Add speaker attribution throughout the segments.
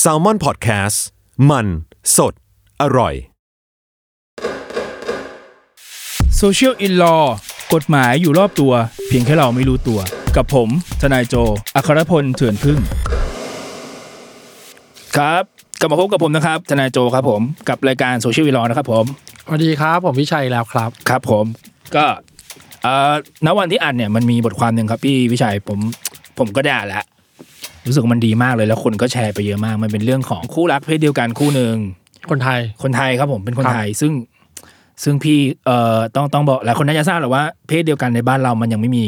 Speaker 1: แซลมอนพอดแคสต์มันสดอร่อย
Speaker 2: Social in Law กฎหมายอยู่รอบตัว เพียงแค่เราไม่รู้ตัว กับผม ทนายโจ อัครพลเถื่อนพึ่ง ครับกลับมาพบกับผมนะครับ ทนายโจครับผม กับรายการ Social in Law นะครับผม
Speaker 3: สวัสดีครับผมวิชัยแล้วครับ
Speaker 2: ครับผมก็เอ่อณวันที่อัดเนี่ยมันมีบทความหนึ่งครับพี่วิชัยผมผมก็ได้อ่านแล้ว รู้สึกว่ามันดีมากเลยแล้วคนก็แชร์ไปเยอะมาก มันเป็นเรื่องของคู่รักเพศเดียวกันคู่หนึ่ง
Speaker 3: คนไทย
Speaker 2: คนไทยครับผมเป็นคน
Speaker 3: ครับ
Speaker 2: ไทยซึ่งซึ่งพี่เอ่อต้องต้องบอกหลายคนน่าจะทราบแหรอว่าเพศเดียวกันในบ้านเรามันยังไม่มี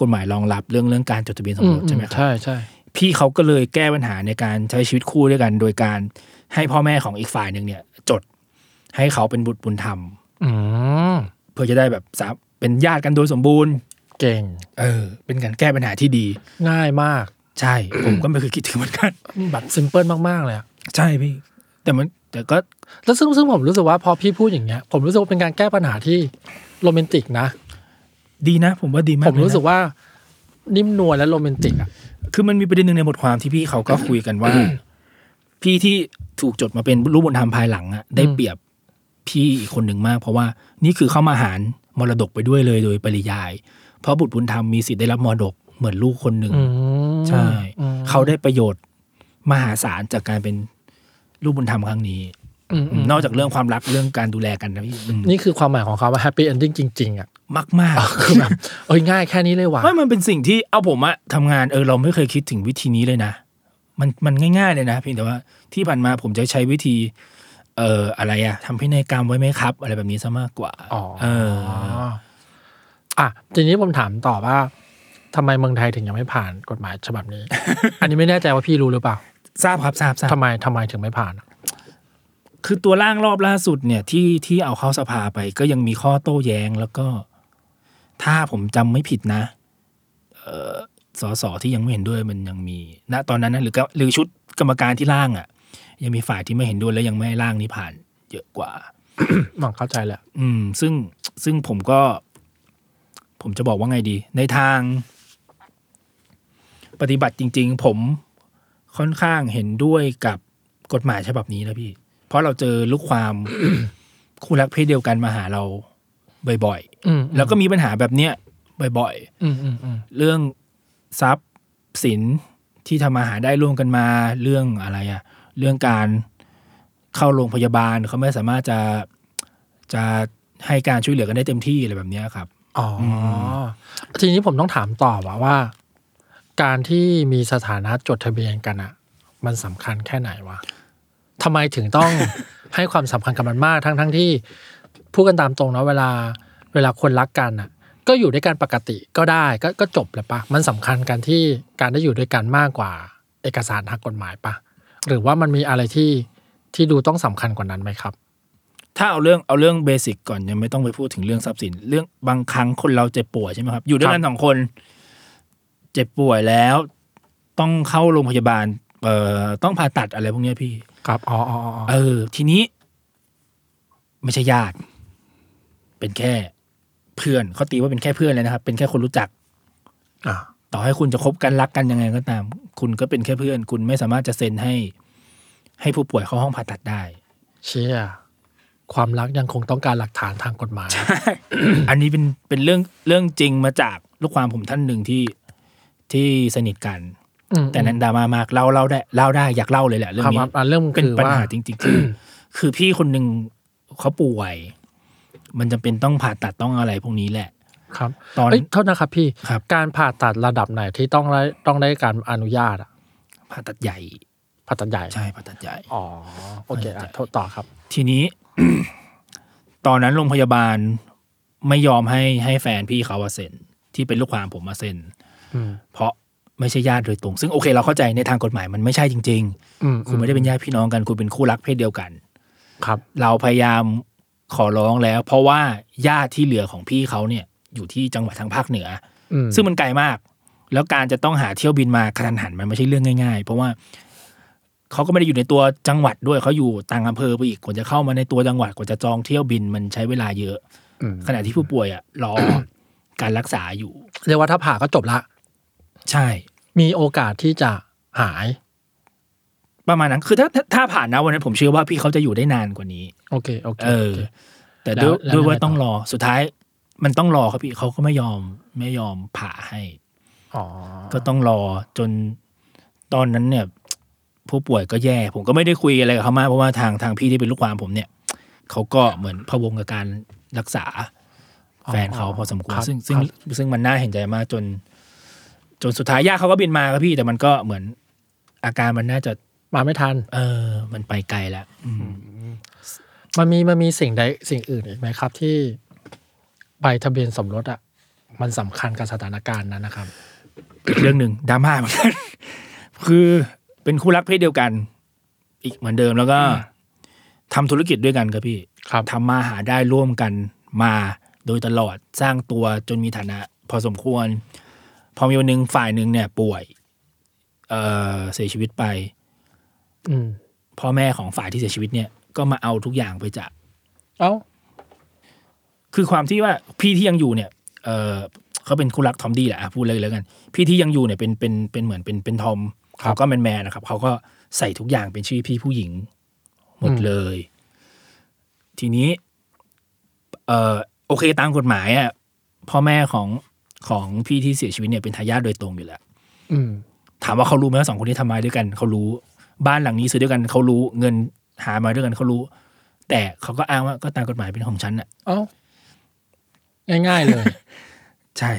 Speaker 2: กฎหมายรองรับเรื่องเรื่องการจดทะเบียนสมรสใช่ไหมครับ
Speaker 3: ใช่ใช่
Speaker 2: พี่เขาก็เลยแก้ปัญหาในการใช้ชีวิตคู่ด้วยกัน โดยการให้พ่อแม่ของอีกฝ่ายหนึ่งเนี่ย จดให้เขาเป็นบุตรบุญธรรม
Speaker 3: อืม
Speaker 2: เพื่อจะได้แบบสามเป็นญาติกันโดยสมบูรณ์
Speaker 3: เก่ง
Speaker 2: เออ เป็นการแก้ปัญหาที่ดี
Speaker 3: ง่ายมาก
Speaker 2: ใช่ ผมก็ไม่เคยคิดถึงเหมือนกัน
Speaker 3: แบบซิมเพิลมากๆเลยอะ
Speaker 2: ใช่พี่ แต่มันแต่ก็
Speaker 3: แล้วซึ่งซึ่งผมรู้สึกว่าพอพี่พูดอย่างเงี้ย ผมรู้สึกว่าเป็นการแก้ปัญหาที่โรแมนติกนะ
Speaker 2: ดีนะ ผมว่าดีมาก
Speaker 3: ผม
Speaker 2: เลยนะ
Speaker 3: รู้สึกว่านิ่มนวลและโรแมนติกอะ
Speaker 2: คือมันมีประเด็นหนึ่งในบทความที่พี่เขาก็คุยกัน ว่า พี่ที่ถูกจดมาเป็นรูปบุญธรรมภายหลังอะได้เปรียบพี่อีกคนหนึ่งมาก เพราะว่านี่คือเข้ามาหารมรดกไปด้วยเลยโดยปริยาย เพราะบุตรบุญธรรมมีสิทธิ์ได้รับมรดกเหมือนลูกคนหนึ่ง
Speaker 3: อืม
Speaker 2: ใช่
Speaker 3: อืม
Speaker 2: เขาได้ประโยชน์มหาศาลจากการเป็นลูกบุญธรรมครั้งนี้
Speaker 3: อืม
Speaker 2: อืมนอกจากเรื่องความรักเรื่องการดูแลกันนะพี่อืม
Speaker 3: นี่คือความหมายของคำว่าแฮปปี้เอนดิ้งจริง ๆอะ
Speaker 2: มากมากๆ
Speaker 3: คือแบบเอ้ยง่ายแค่นี้เลยว่ะ
Speaker 2: ไม่มันเป็นสิ่งที่เอาผมอะทำงานเออเราไม่เคยคิดถึงวิธีนี้เลยนะ มันมันง่ายๆเลยนะเพียงแต่ว่าที่ผ่านมาผมจะใช้วิธี เอ่ออะไรอะทำพินัยกรรมไว้ไหมครับ อะไรแบบนี้ซะมากกว่า
Speaker 3: อ๋อ
Speaker 2: เออ
Speaker 3: อ่ะทีนี้ผมถามต่อว่าทำไมเมืองไทยถึงยังไม่ผ่านกฎหมายฉบับ นี้ อันนี้ไม่แน่ใจว่าพี่รู้หรือเปล่า
Speaker 2: ทราบครับทราบทราบ
Speaker 3: ทำไมทำไมถึงไม่ผ่าน
Speaker 2: คือตัวร่างรอบล่าสุดเนี่ยที่ที่เอาเข้าสภาไป ก็ยังมีข้อโต้แย้งแล้วก็ ถ้าผมจำไม่ผิดนะ เออสสที่ยังไม่เห็นด้วยมันยังมีณตอนนั้นนะหรือก็หรือชุดกรรมการที่ร่างอะยังมีฝ่ายที่ไม่เห็นด้วยและยังไม่ให้ร่างนี้ผ่าน เยอะกว่า
Speaker 3: หวังเข้าใจแหละ
Speaker 2: อืมซึ่งซึ่งผมก็ ผมจะบอกว่าไงดี ในทาง ปฏิบัติจริง ๆ ผมค่อนข้างเห็นด้วยกับกฎหมายฉบับนี้นะพี่ เพราะเราเจอลูกความ คู่รักเพศเดียวกันมาหาเราบ่อย
Speaker 3: อืม
Speaker 2: ๆ แล้วก็มีปัญหาแบบเนี้ยบ่อย
Speaker 3: อืมอืมอืม
Speaker 2: ๆ เรื่องทรัพย์สินที่ทำมาหาได้ร่วมกันมาเรื่องอะไรอะเรื่องการเข้าโรงพยาบาลเขาไม่สามารถจะจะให้การช่วยเหลือกันได้เต็มที่อะไรแบบเนี้ยครับ
Speaker 3: อ๋ออทีนี้ผมต้องถามต่อว่าว่า การที่มีสถานะจดทะเบียนกันอะมันสำคัญแค่ไหนวะทำไมถึงต้อง ให้ความสำคัญกับมันมาก ทั้งทั้งที่พูดกันตามตรงนะเวลา เวลาคนรักกันอะก็อยู่ด้วยกันปกติก็ได้ก็ก็จบเลยปะมันสำคัญกันที่การได้อยู่ด้วยกันมากกว่า เอกสารทางกฎหมายปะหรือว่ามันมีอะไรที่ที่ดูต้องสำคัญกว่านั้นไหมครับ
Speaker 2: ถ้าเอาเรื่องเอาเรื่องเบสิกก่อนยังไม่ต้องไปพูดถึงเรื่องทรัพย์สิน เรื่องบางครั้งคนเราเจ็บป่วยใช่ไหมครับ อยู่ด้วยกันสองคน เจ็บป่วยแล้ว ต้องเข้าโรงพยาบาล เอ่อต้องผ่าตัดอะไรพวกเนี้ยพี่
Speaker 3: ครับอ๋ออ๋ออ๋อ
Speaker 2: เออ ทีนี้ ไม่ใช่ญาติ เป็นแค่เพื่อนเขาตีว่าเป็นแค่เพื่อนเลยนะครับ เป็นแค่คนรู้จัก
Speaker 3: อ่ะ
Speaker 2: ต่อให้คุณจะคบกันรักกันยังไงก็ตาม คุณก็เป็นแค่เพื่อน คุณไม่สามารถจะเซ็นให้ ให้ผู้ป่วยเข้าห้องผ่าตัดได้
Speaker 3: เชียความรักยังคงต้องการหลักฐานทางกฎหมาย
Speaker 2: อันนี้เป็นเป็นเรื่องเรื่องจริงมาจากลูกความผมท่านหนึ่งที่ที่สนิทกัน
Speaker 3: อืม
Speaker 2: แต่นั้นดราม่ามากเล่าเล่าได้เล่าได้อยากเล่าเลยแหละเรื่อง
Speaker 3: ครับ
Speaker 2: นี้
Speaker 3: อ่ะเรื่อง
Speaker 2: เป็น
Speaker 3: คือ
Speaker 2: ปัญ
Speaker 3: ว่า
Speaker 2: หาจริงๆคือ คือพี่คนหนึ่งเขาป่วย มันจำเป็นต้องผ่าตัดต้องอะไรพวกนี้แหละ
Speaker 3: ครับ
Speaker 2: ตอน
Speaker 3: เอ้ยโทษนะครับพี่
Speaker 2: ครับ
Speaker 3: การผ่าตัดระดับไหนที่ต้องได้ต้องได้การอนุญาตอะ
Speaker 2: ผ่าตัดใหญ่
Speaker 3: ผ่าตัดใหญ่
Speaker 2: ใช่ผ่าตัดใหญ่
Speaker 3: อ๋อโอเคอ่ะโทษต่อครับ
Speaker 2: ทีนี้ ตอนนั้นโรงพยาบาลไม่ยอมให้ให้แฟนพี่เขาอะเซ็นที่เป็นลูกความผมมาเซ็น
Speaker 3: อืม
Speaker 2: เพราะไม่ใช่ญาติโดยตรง ซึ่งโอเค เราเข้าใจในทางกฎหมายมันไม่ใช่จริง ๆ
Speaker 3: อืม
Speaker 2: คุณไม่ได้เป็นญาติพี่น้องกันคุณเป็นคู่รักเพศเดียวกัน
Speaker 3: ครับ
Speaker 2: เราพยายามขอร้องแล้ว เพราะว่าญาติที่เหลือของพี่เขาเนี่ยอยู่ที่จังหวัดทางภาคเหนือ
Speaker 3: อืม
Speaker 2: ซึ่งมันไกลมาก แล้วการจะต้องหาเที่ยวบินมากระทันหันมันไม่ใช่เรื่องง่าย ๆ เพราะว่าเขาก็ไม่ได้อยู่ในตัวจังหวัดด้วยเขาอยู่ต่างอำเภอไปอีกกว่าจะเข้ามาในตัวจังหวัดกว่าจะจองเที่ยวบินมันใช้เวลาเยอะ
Speaker 3: อืม
Speaker 2: ขณะที่ผู้ป่วยอ่ะรอ การรักษาอยู่
Speaker 3: เรียกว่าถ้าผ่าก็จบละ
Speaker 2: ใช่
Speaker 3: มีโอกาสที่จะหาย
Speaker 2: ประมาณนั้นคือถ้าถ้าถ้าผ่านนะวันนั้นผมเชื่อว่าพี่เขาจะอยู่ได้นานกว่านี้
Speaker 3: โอเคโอเค
Speaker 2: เออ
Speaker 3: โค
Speaker 2: แต่ด้วย
Speaker 3: แล้วแล้ว
Speaker 2: ด้วยว่า
Speaker 3: ยังไงต่อ
Speaker 2: ต้องรอสุดท้าย มันต้องรอครับพี่เขาก็ไม่ยอมไม่ยอมผ่าให้
Speaker 3: อ๋อ
Speaker 2: ก็ต้องรอจนตอนนั้นเนี่ย ผู้ป่วยก็แย่ ผมก็ไม่ได้คุยอะไรกับเขามากเพราะว่าทางทางพี่ที่เป็นลูกความผมเนี่ยเขาก็เหมือนพะวงกับการรักษา แฟนเขาพอสมควรซึ่งซึ่ง
Speaker 3: คบ
Speaker 2: ซึ่งมันน่าเห็นใจมากจน จนสุดท้ายญาติเขาก็บินมาครับพี่แต่มันก็เหมือนอาการมันน่าจะ
Speaker 3: มาไม่ทัน
Speaker 2: เออ มันไปไกลแล้วอืม
Speaker 3: มันมีมันมีสิ่งใดสิ่งอื่นอีกไหมครับ ที่ใบทะเบียนสมรสอ่ะมันสำคัญกับสถานการณ์นั้นนะครับ
Speaker 2: อีกเรื่องหนึ่งดราม่าเหมือนกัน คือเป็นคู่รักเพศเดียวกัน อีกเหมือนเดิมแล้วก็ทำธุรกิจด้วยกันครับพี่
Speaker 3: ครับ
Speaker 2: ทำมาหาได้ร่วมกันมาโดยตลอดสร้างตัวจนมีฐานะ พอสมควร พอมีวันหนึ่งฝ่ายหนึ่งเนี่ย ป่วย เออเสียชีวิตไป
Speaker 3: อืม
Speaker 2: พ่อแม่ของฝ่ายที่เสียชีวิตเนี่ยก็มาเอาทุกอย่างไปจาก
Speaker 3: เอ้า
Speaker 2: คือความที่ว่าพี่ที่ยังอยู่เนี่ย เออเขาเป็นคู่รักทอมดี้แหละอ่ะพูดเลยแล้วกัน พี่ที่ยังอยู่เนี่ยเป็นเป็นเป็นเหมือนเป็นเป็นทอม
Speaker 3: ครับ
Speaker 2: เขาก็แมนแมนๆนะครับเขาก็ใส่ทุกอย่างเป็นชื่อพี่ผู้หญิง หมด
Speaker 3: อืม
Speaker 2: เลย ทีนี้ เออโอเคตามกฎหมายอ่ะพ่อแม่ของของพี่ที่เสียชีวิตเนี่ยเป็นทายาทโดยตรงอยู่แล้ว
Speaker 3: อืม
Speaker 2: ถามว่าเขารู้ไหมว่าสองคนนี้ทำมาด้วยกันเขารู้ บ้านหลังนี้ซื้อด้วยกันเขารู้เงินหามาด้วยกันเขารู้ แต่เขาก็อ้างว่าก็ตามกฎหมายเป็นของฉันอ่ะ
Speaker 3: เอ้า ง่ายๆเลย
Speaker 2: ใช่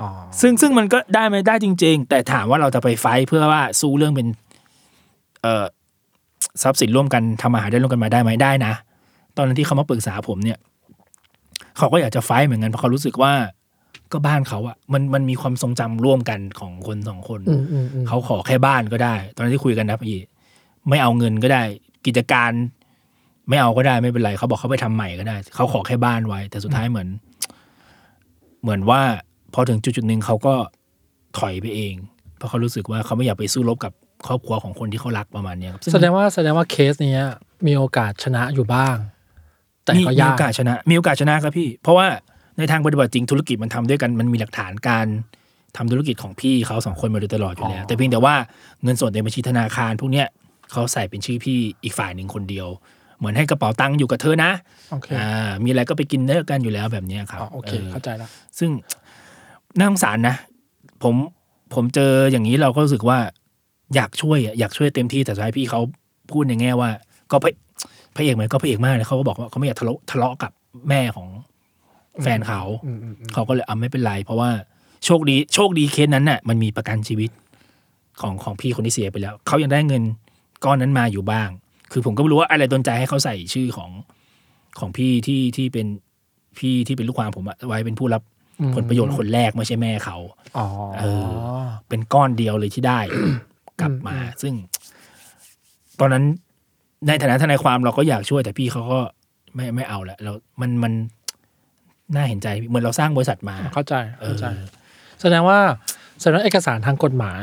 Speaker 3: อ๋อ
Speaker 2: ซึ่งซึ่งมันก็ได้ไม่ได้จริง ๆ แต่ถามว่าเราจะไปไฟท์เพื่อว่าสู้เรื่องเป็น เอ่อทรัพย์สินร่วมกันทำมาหาได้ร่วมกันมาได้ไหมได้นะ ตอนนั้นที่เขามาปรึกษาผมเนี่ย เขาก็อยากจะไฟท์เหมือนกันเพราะเขารู้สึกว่า ก็บ้านเขาอะมันมันมีความทรงจำร่วมกันของคนสองคน
Speaker 3: อืมอืมอืม
Speaker 2: เขาขอแค่บ้านก็ได้ ตอนนนที่คุยกันนะพี่ไม่เอาเงินก็ได้ กิจการ ไม่เอาก็ได้ไม่เป็นไรเขาบอกเขาไปทำใหม่ก็ได้ เขาขอแค่บ้านไว้ แต่สุดท้ายเหมือน เหมือนว่า พอถึงจุดจุดๆหนึ่งเขาก็ถอยไปเอง เพราะเขารู้สึกว่าเขาไม่อยากไปสู้รบกับครอบครัวของคนที่เขารักประมาณเนี้ยครับ
Speaker 3: แสดงว่าแสดงว่าเคสเนี้ย มีโอกาสชนะอยู่บ้าง แต่
Speaker 2: มี
Speaker 3: ก็
Speaker 2: มี
Speaker 3: ยา
Speaker 2: โอก กาสชนะ มีโอกาสชนะครับพี่ เพราะว่าในทางปฏิบัติจริงธุรกิจมันทำด้วยกันมันมีหลักฐานการทำธุรกิจของพี่เขาสองคนมาโดยตลอดอยู่แล้ว
Speaker 3: อ๋อ
Speaker 2: แต่เพียงแต่ว่าเงินส่วนในบัญชีธนาคาร พวกเนี้ยเขาใส่เป็นชื่อพี่อีกฝ่ายหนึ่งคนเดียว เหมือนให้กระเป๋าตังค์อยู่กับเธอนะ
Speaker 3: โอเค
Speaker 2: อ่ามีอะไรก็ไปกินเนื้อกันอยู่แล้วแบบเนี้ยครับ
Speaker 3: อ๋อโอเค
Speaker 2: เออ
Speaker 3: เข้าใจแล้ว
Speaker 2: ซึ่ง น่าสงสารนะ ผมผมเจออย่างนี้เราก็รู้สึกว่า อยากช่วยอะอยากช่วยเต็มที่แต่สุดท้ายพี่เขาพูดในแง่ว่า ก็พระพระเอกไหมก็พระเอกมากเลยเขาก็บอกว่าเขาไม่อยากทะเลาะทะเลาะกับแม่ของแฟนเขา
Speaker 3: อืมอืมอืม
Speaker 2: เขาก็เลยเอาไม่เป็นไร เพราะว่าโชคดีโชคดีเคสนั้นน่ะ มันมีประกันชีวิตของของพี่คนที่เสียไปแล้ว เขายังได้เงินก้อนนั้นมาอยู่บ้าง คือผมก็ไม่รู้ว่าอะไรดนใจให้เขาใส่ชื่อของของพี่ที่ที่เป็นพี่ที่เป็นลูกความผมอะไว้เป็นผู้รับ
Speaker 3: อืม
Speaker 2: ผลประโยชน์คนแรกไม่ใช่แม่เขา
Speaker 3: อ๋อ
Speaker 2: เอ เป็นก้อนเดียวเลยที่ ได้ กลับมา ซึ่ง ตอนนั้นในฐานะทนายความเราก็อยากช่วยแต่พี่เขาก็ไม่ไม่เอาละเรามันมันน่าเห็นใจเหมือนเราสร้างบริษัทมา
Speaker 3: เข้าใจ
Speaker 2: เออ
Speaker 3: เข้าใจ แสดงว่าแสดงว่าเอกสารทางกฎหมาย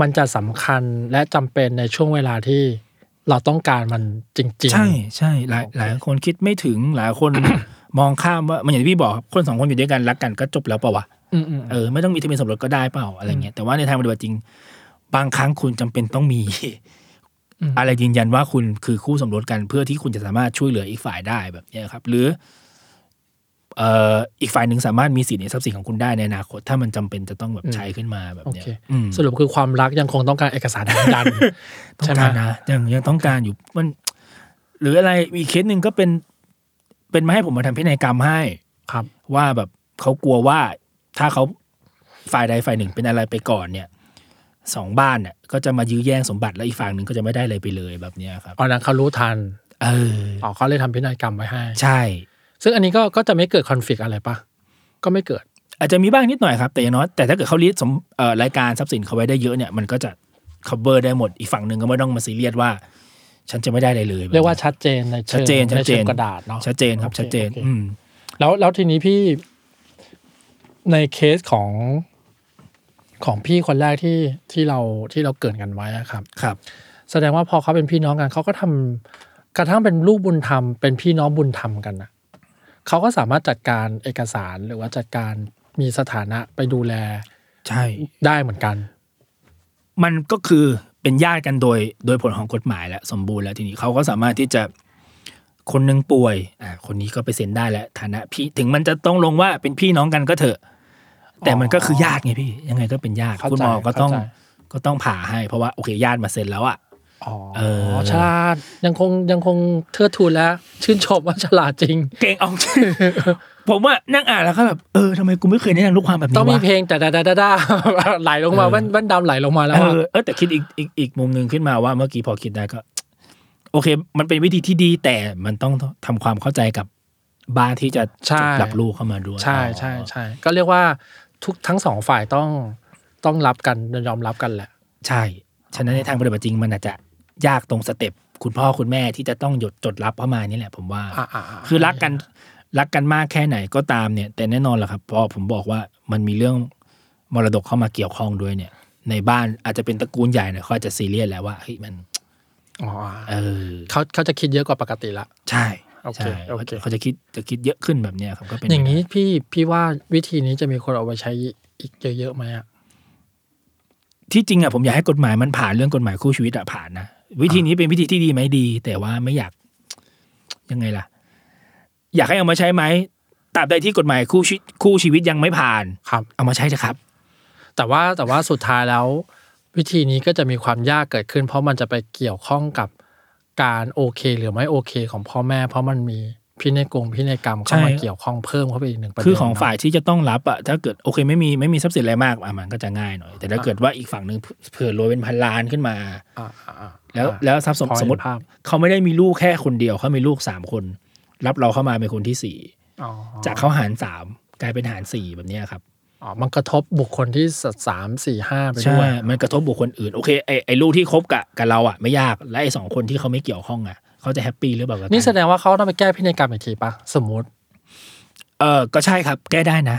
Speaker 3: มันจะสำคัญและจำเป็นในช่วงเวลาที่เราต้องการมันจริง
Speaker 2: ใช่ใช่หลายหลายคนคิดไม่ถึงหลายคน มองข้ามว่ามันอย่างที่พี่บอกครับคนสองคนอยู่ด้วยกันรักกันก็จบแล้วเปล่าวะ
Speaker 3: ๆ อืมอืม
Speaker 2: เออไม่ต้องมีทะเบียนสมรสก็ได้เปล่าอะไรเงี้ยแต่ว่าในทางปฏิบัติจริง บางครั้งคุณจำเป็นต้องมี อะไรยืนยันว่าคุณคือคู่สมรสกันเพื่อที่คุณจะสามารถช่วยเหลืออีกฝ่ายได้แบบเนี้ยครับ หรือ เอ่ออีกฝ่ายหนึ่งสามารถมีสิทธิ์ในทรัพย์สินของคุณได้ในอนาคต ถ้ามันจำเป็นจะต้องแบบใช้ขึ้นมาแบบ
Speaker 3: โอ
Speaker 2: เนี้ย
Speaker 3: เค
Speaker 2: อืม
Speaker 3: สรุปคือความรักยังคงต้องการเอกสารยืนยั น
Speaker 2: ต้อง
Speaker 3: ใช่ไหม
Speaker 2: การนะยังยังต้องการอยู่มัน หรืออะไรมีเคสหนึ่งก็เป็น เป็นมาให้ผมมาทำพินัยกรรมให้
Speaker 3: ครับ
Speaker 2: ว่าแบบเขากลัวว่าถ้าเขาฝ่ายใดฝ่ายหนึ่งเป็นอะไรไปก่อนเนี่ยสองบ้านเนี่ยก็จะมายื้อแย่งสมบัติแล้วอีกฝั่งหนึ่งก็จะไม่ได้อะไรไปเลยแบบเนี้ยครับ
Speaker 3: อ๋อนั้นเขารู้ทัน
Speaker 2: เออ
Speaker 3: อ๋อเขาเลยทำพินัยกรรมไว้ให้
Speaker 2: ใช่
Speaker 3: ซึ่งอันนี้ก็ก็จะไม่เกิดคอนฟ lict อะไรปะก็ไม่เกิด
Speaker 2: อาจจะมีบ้างนิดหน่อยครับ แต่อย่างน้อยแต่ถ้าเกิดเขาลิสต์สมเอ่อรายการทรัพย์สินเขาไว้ได้เยอะเนี่ยมันก็จะ cover ได้หมดอีกฝั่งหนึ่งก็ไม่ต้องมาซีเรียสว่า ฉันจะไม่ได้อะไรเลยแบบนี้
Speaker 3: เรียกว่าชัดเจนในเชิง
Speaker 2: ชัดเจนชัดเจน
Speaker 3: ใชิงกระดาษเนาะ
Speaker 2: ชัดเจนครับ
Speaker 3: โอเค
Speaker 2: ชัดเจน
Speaker 3: โอเค
Speaker 2: อืม
Speaker 3: แล้วแล้วทีนี้พี่ในเคสของของพี่คนแรกที่ที่เราที่เราเกริดกันไว้อะครับ
Speaker 2: ครับ
Speaker 3: แสดงว่าพอเขาเป็นพี่น้องกันเขาก็ทำกระทั่งเป็นลูกบุญธรรมเป็นพี่น้องบุญธรรมกันนะเขาก็สามารถจัดการเอกสารหรือว่าจัดการมีสถานะไปดูแล
Speaker 2: ใช่
Speaker 3: ได้เหมือนกัน
Speaker 2: มันก็คือ เป็นญาติกันโดยโดยผลของกฎหมายแล้วสมบูรณ์แล้วทีนี้เขาก็สามารถที่จะคนหนึงป่วยอ่าคนนี้ก็ไปเซ็นได้แล้วฐานะพี่ถึงมันจะต้องลงว่าเป็นพี่น้องกันก็เถอะ แต่มันก็คือญาติไงพี่ ยังไงก็เป็นญาติ
Speaker 3: เข้าใจ
Speaker 2: คุณหมอก็ต้อง
Speaker 3: เข้าใจ
Speaker 2: ก็ต้องผ่าให้เพราะว่าโอเคญาติมาเซ็นแล้วอ่ะ
Speaker 3: อ๋อ
Speaker 2: เออ
Speaker 3: ฉลาดยังคงยังคงเทิดทูนและชื่นชมว่าฉลาดจริง
Speaker 2: เก่งเอา จริง ผมว่านั่งอ่านแล้วก็แบบเออทำไมกูไม่เคยแนะนำลูกความแบบนี้
Speaker 3: ต้องมี
Speaker 2: วะ
Speaker 3: เพลงแต่ดาดาดา ดา ไหลลงมา
Speaker 2: เออ
Speaker 3: แว่นแว่นดำไหลลงมาแล้ว
Speaker 2: เออ
Speaker 3: อะ
Speaker 2: เออแต่คิดอีกอีกอีกมุมหนึ่งขึ้นมาว่าเมื่อกี้พอคิดได้ก็ โอเค มันเป็นวิธีที่ดีแต่มันต้องทำความเข้าใจกับบ้านที่จะจดรับลูกเข้ามาด้วย
Speaker 3: ใช่ใช่ใช่ก็เรียกว่าทุกทั้งสองฝ่ายต้องต้องรับกันยอมรับกันแหละ
Speaker 2: ใช่ฉะนั้นในทางปฏิบัติจริงมันอาจจะยากตรงสเต็ปคุณพ่อคุณแม่ที่จะต้องหยดจดรับเข้ามานี่แหละ ผมว่า
Speaker 3: อ่าอ่าา
Speaker 2: คือรักกันรักกันมากแค่ไหนก็ตามเนี่ย แต่แน่นอนแหละครับพอผมบอกว่ามันมีเรื่องมรดกเข้ามาเกี่ยวข้องด้วยเนี่ย ในบ้านอาจจะเป็นตระกูลใหญ่เนี่อยเขาอาจจะซีเรียสแล้วว่าเฮ้ยมัน
Speaker 3: อ๋อ
Speaker 2: เออ
Speaker 3: เขาเขาจะคิดเยอะกว่าปกติละ
Speaker 2: ใช่
Speaker 3: โอเค
Speaker 2: ใช่
Speaker 3: โอเค
Speaker 2: เขาจะคิดจะคิดเยอะขึ้นแบบเนี้ยครับก็เป็น
Speaker 3: อย่างนี้พี่พี่ว่าวิธีนี้จะมีคนเอาไปใช้อีกเยอะๆไหมอ่ะ
Speaker 2: ที่จริงอะผมอยากให้กฎหมายมันผ่านเรื่องกฎหมายคู่ชีวิตอะผ่านนะวิธีนี้เป็นวิธีที่ดีไหมดี แต่ว่าไม่อยากยังไงล่ะ อยากให้เอามาใช้ไหมตราบใดที่กฎหมายคู่ชีวิตคู่ชีวิตยังไม่ผ่าน
Speaker 3: ครับ
Speaker 2: เอามาใช้เถอะครับ
Speaker 3: แต่ว่าแต่ว่าสุดท้ายแล้ว วิธีนี้ก็จะมีความยากเกิดขึ้น เพราะมันจะไปเกี่ยวข้องกับการโอเค หรือไม่โอเค ของพ่อแม่ เพราะมันมีพินัยกงพินัยกรรมเข้ามา
Speaker 2: ใช่
Speaker 3: เกี่ยวข้องเพิ่มเข้าไปอีกหนึ่งประเด็น
Speaker 2: คือของฝ่า
Speaker 3: เนะ
Speaker 2: ยที่จะต้องรับอะถ้าเกิดโอเคไม่มีไม่มีทรัพย์สินอะไรมากอะมันก็จะง่ายหน่อย แต่ถ้าเกิดว่าอีกฝั่งหนึ่งเผเผื่อรวยเป็นพันล้านขึ้นมา
Speaker 3: อ่าอ่าอ่า
Speaker 2: แล้ว
Speaker 3: อ่า
Speaker 2: แล้วทรัพย์สม
Speaker 3: พอเห็น
Speaker 2: สมมติ
Speaker 3: ภาพ
Speaker 2: เขาไม่ได้มีลูกแค่คนเดียวเขามีลูกสามคน รับเราเข้ามาเป็นคนที่สี่
Speaker 3: อ๋อ
Speaker 2: จากเขาหารสามกลายเป็นหารสี่แบบเนี้ยครับ
Speaker 3: อ๋อมันกระทบบุคคลที่สามสี่ห้าไป
Speaker 2: ใช่
Speaker 3: ด้วย
Speaker 2: มันกระทบบุคคลอื่นโอเคไอไอลูกที่คบกับกับเราอะไม่ยากและไอสองคนที่เขาไม่เกี่ยวข้องอะเขาจะแฮปปี้หรือเปล่ากั
Speaker 3: นี่แสดงว่าเขาต้องไปแก้พินัยกรรมอีกทีปะสมมติ
Speaker 2: เออก็ใช่ครับ แก้ได้นะ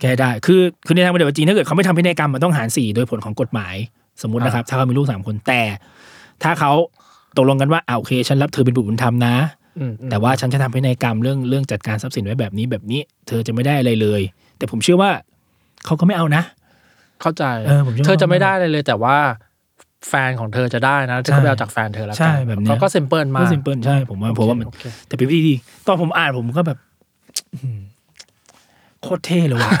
Speaker 2: แก้ได้คือคือในทางปฏิบัติจริงถ้าเกิดเขาไม่ทำพินัยกรรมมันต้องหารสี่โดยผลของกฎหมาย สมมตินะครับ ถ้าเขามีลูกสามคนแต่ ถ้าเขาตกลงกันว่าอ่าโอเค ฉันรับเธอเป็นบุตรบุญธรรมนะ
Speaker 3: อืมอืม
Speaker 2: แต่ว่าฉันจะทำพินัยกรรมเรื่องเรื่องจัดการทรัพย์สินไว้แบบนี้แบบนี้ เธอจะไม่ได้อะไรเลย แต่ผมเชื่อว่าเขาก็ไม่เอานะ
Speaker 3: เข้าใจ
Speaker 2: เออผมเชื่อว่า
Speaker 3: เธอจะไม่ได้เลยเลย แต่ว่าแฟนของเธอจะได้นะเธอก็ไปเอาจากแฟนเธอแล้ว
Speaker 2: ใช่
Speaker 3: กั
Speaker 2: แบบเนี้ย
Speaker 3: เขาก็เซมเปิลมา
Speaker 2: ก็ซิมเปิลใช่ผมว่าผมว่ามัน
Speaker 3: โอเค
Speaker 2: แต่เป็นวิธีดีตอนผมอ่านผมก็แบบ อืมโคตรเท่เลยว่ะ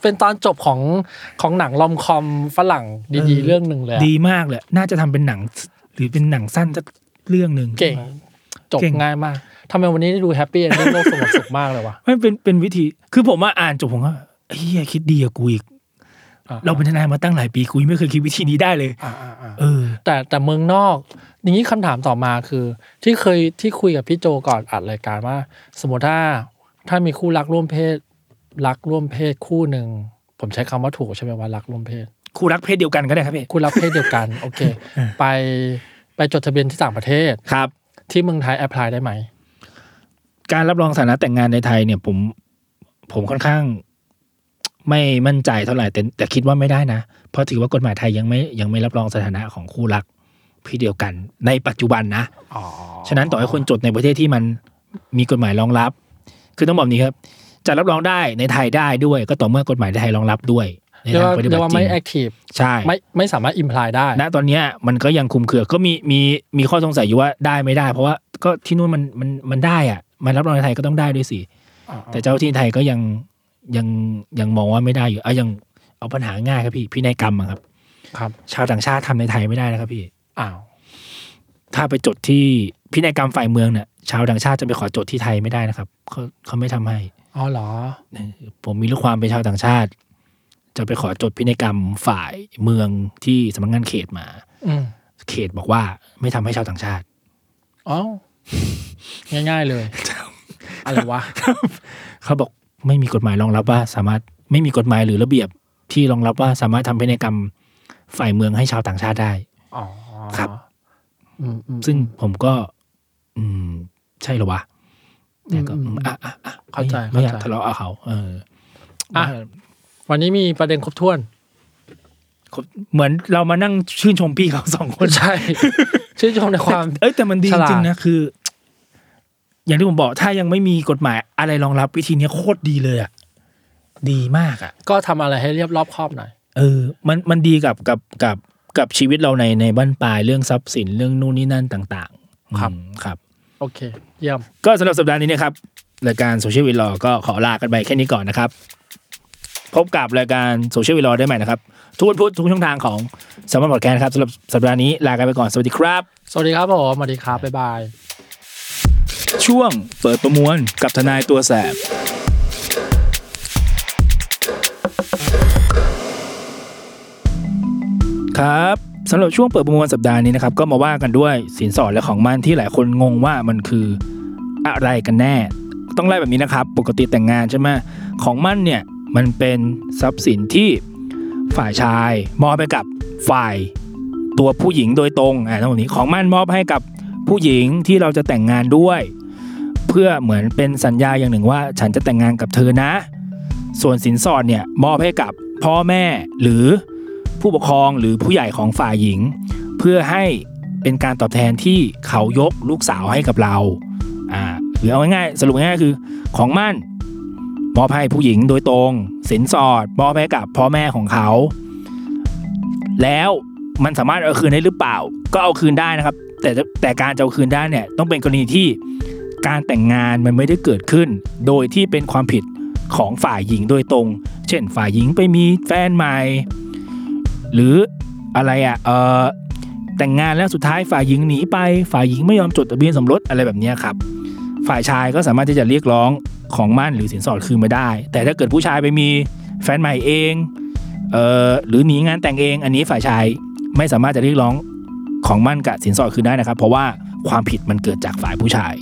Speaker 3: เป็นตอนจบของของหนังลอมคอมฝรั่ง ดี
Speaker 2: เออ
Speaker 3: ๆ เรื่องหนึ่งเลยอะ
Speaker 2: ดีมากเลยน่าจะทำเป็นหนัง หรือเป็นหนังสั้นสักเรื่องหนึ่ง
Speaker 3: เก่ง จบ
Speaker 2: เก่ง
Speaker 3: ง่ายมากทำไมวันนี้ได้ดูแฮปปี้ n อนด โลกสงบสุขมากเลยวะ
Speaker 2: ไม่เป็นเป็นวิธี คือผมว่าอ่านจบผมก็เฮียคิดดีกว่ากูอีก
Speaker 3: อ่า
Speaker 2: เราเป็นทนายมาตั้งหลายปีกูยังไม่เคยคิดวิธีนี้ได้เลย เออ
Speaker 3: แต่แต่เมืองนอก อย่างนี้คำถามต่อมาคือ ที่เคยที่คุยกับพี่โจก่อนอัดรายการว่า สมมติถ้าถ้ามีคู่รักร่วมเพศ รักร่วมเพศคู่หนึ่ง ผมใช้คำว่าถูกใช่ไหมว่ารักร่วมเพศ
Speaker 2: คู่รักเพศเดียวกันก็ได้ครับพี่
Speaker 3: คู่รักเพศเดียวกัน โอ เค ไปไปจดทะเบียนที่ต่างประเทศ
Speaker 2: ครับ
Speaker 3: ที่เมืองไทยแอพพลายได้ไหม
Speaker 2: การรับรองสถานะแต่งงานในไทยเนี่ยผมผมค่อนข้าง ไม่มั่นใจเท่าไหร่แต่แต่คิดว่าไม่ได้นะ เพราะถือว่ากฎหมายไทยยังไม่ยังไม่รับรองสถานะของคู่รักพี่เดียวกัน ในปัจจุบันนะ
Speaker 3: อ๋อ
Speaker 2: ฉะนั้นต่อให้คนจดในประเทศที่มันมีกฎหมายรองรับ คือต้องบอกแบบนี้ครับ จะรับรองได้ในไทยได้ด้วย ก็ต่อเมื่อกฎหมายในไทยรองรับด้วยใน
Speaker 3: เรียก
Speaker 2: ทาง
Speaker 3: ว่า
Speaker 2: ปฏิ
Speaker 3: เรี
Speaker 2: บั
Speaker 3: ยก
Speaker 2: ติจ
Speaker 3: ว่า
Speaker 2: ริ
Speaker 3: ไม่
Speaker 2: ง
Speaker 3: แอคทีฟ
Speaker 2: ใช่
Speaker 3: ไม่ไม่สามารถอิมพลายได้
Speaker 2: ณตอนเนี้ยมันก็ยังคลุมเครือก็มีมีมีข้อสงสัยอยู่ว่าได้ไม่ได้ เพราะว่าก็ที่นู่นมันมันมันได้อ่ะ มันรับรองในไทยก็ต้องได้ด้วยสิ
Speaker 3: อ่า
Speaker 2: แต่เจ้าที่ไทยก็ยังยังยังมองว่าไม่ได้อยู่เอายังเอาปัญหาง่ายครับพี่พี่นายกรรมอะครับ
Speaker 3: ครับ
Speaker 2: ชาวต่างชาติทำในไทยไม่ได้นะครับพี่
Speaker 3: อ้าว
Speaker 2: ถ้าไปจดที่พินัยกรรมฝ่ายเมืองเนี่ยชาวต่างชาติจะไปขอจดที่ไทยไม่ได้นะครับเขาเขาไม่ทำให้
Speaker 3: อ๋อเหรอ
Speaker 2: เออผมมีลูกความเป็นชาวต่างชาติ จะไปขอจดพินัยกรรมฝ่ายเมืองที่สำนักงานเขตมา
Speaker 3: อืม
Speaker 2: เขตบอกว่าไม่ทำให้ชาวต่างชาติ
Speaker 3: อ๋อง่ายๆเลย อะไรวะ
Speaker 2: เขาบอกไม่มีกฎหมายรองรับว่าสามารถไม่มีกฎหมายหรือระเบียบที่รองรับว่าสามารถทำพินัยกรรมฝ่ายเมืองให้ชาวต่างชาติได้
Speaker 3: อ๋อ
Speaker 2: ครับ
Speaker 3: อืมอืม
Speaker 2: ซึ่งผมก็ อืม ใช่เหรอวะแต่ก็
Speaker 3: อืมอืม
Speaker 2: อ่ะอ่ะอ่ะ
Speaker 3: เข้าใจ
Speaker 2: ไม่อยาก
Speaker 3: เข้าใจ
Speaker 2: ทะเลาะกับเขาเออ
Speaker 3: อ่ะวันนี้มีประเด็นครบถ้วน
Speaker 2: ครับเหมือนเรามานั่งชื่นชมพี่เขา สองคน
Speaker 3: ใช่ ชื่นชมในความ
Speaker 2: เอ้ยแต่มันดี
Speaker 3: ฉลาด
Speaker 2: จริงๆนะคือ อย่างที่ผมบอกถ้ายังไม่มีกฎหมายอะไรรองรับวิธีเนี้ยโคตรดีเลยอ่ะดีมากอ่ะ
Speaker 3: ก็ทำอะไรให้เรียบรอบครอบหน่อย
Speaker 2: เออ มัน มันดีกับ กับ กับ กับชีวิตเราในในบ้านปลายเรื่องทรัพย์สินเรื่องนู่นนี่นั่นต่างๆ
Speaker 3: ครับ
Speaker 2: อืมครับ
Speaker 3: โอเค เยี่ยม
Speaker 2: ก็สำหรับสัปดาห์นี้นะครับรายการโซเชียลวีลอก็ขอลากันไปแค่นี้ก่อนนะครับ พบกับรายการโซเชียลวีลอได้ใหม่นะครับ ทุกวันพุธทุกช่องทางของสมมติพอดแคสต์ครับสำหรับสัปดาห์นี้ลากันไปก่อนสวัสดีครับ
Speaker 3: สวัสดีครับผมสวัสดีครับ บ๊ายบาย
Speaker 2: ช่วงเปิดประมวลกับทนายตัวแสบครับสำหรับช่วงเปิดประมวลสัปดาห์นี้นะครับ ก็มาว่ากันด้วยสินสอดและของมั่นที่หลายคนงงว่ามันคืออะไรกันแน่ ต้องไล่แบบนี้นะครับ ปกติแต่งงานใช่ไหมของมั่นเนี่ยมันเป็นทรัพย์สินที่ฝ่ายชายมอบไปกับฝ่าย ตัวผู้หญิงโดยตรงอ่าตรงนี้ของมั่นมอบให้กับผู้หญิงที่เราจะแต่งงานด้วย เพื่อเหมือนเป็นสัญญาอย่างหนึ่งว่า ฉันจะแต่งงานกับเธอนะ ส่วนสินสอดเนี่ยมอบให้กับพ่อแม่หรือผู้ปกครองหรือผู้ใหญ่ของฝ่ายหญิง เพื่อให้เป็นการตอบแทนที่เขายกลูกสาวให้กับเราอ่าหรือเอาง่ายๆสรุปง่ายๆคือของมั่นมอบให้ผู้หญิงโดยตรง สินสอดมอบให้กับพ่อแม่ของเขา แล้วมันสามารถเอาคืนได้หรือเปล่า ก็เอาคืนได้นะครับ แต่แต่การจะเอาคืนได้เนี่ยต้องเป็นกรณีที่การแต่งงานมันไม่ได้เกิดขึ้น โดยที่เป็นความผิดของฝ่ายหญิงโดยตรง เช่นฝ่ายหญิงไปมีแฟนใหม่ หรืออะไรอะ่ะเออแต่งงานแล้วสุดท้ายฝ่ายหญิงหนีไป ฝ่ายหญิงไม่ยอมจดทะเบียนสมรสอะไรแบบเนี้ยครับ ฝ่ายชายก็สามารถที่จะเรียกร้องของมั่นหรือสินสอดคืนมาได้ แต่ถ้าเกิดผู้ชายไปมีแฟนใหม่เอง เอ่อหรือหนีงานแต่งเองอันนี้ฝ่ายชายไม่สามารถจะเรียกร้องของมั่นกับสินสอดคืนได้นะครับ เพราะว่าความผิดมันเกิดจากฝ่ายผู้ชาย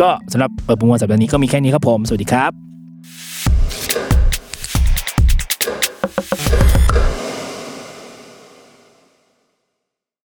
Speaker 2: ก็สำหรับเปิดประมวลสัปดาห์นี้ก็มีแค่นี้ครับผม สวัสดีครับ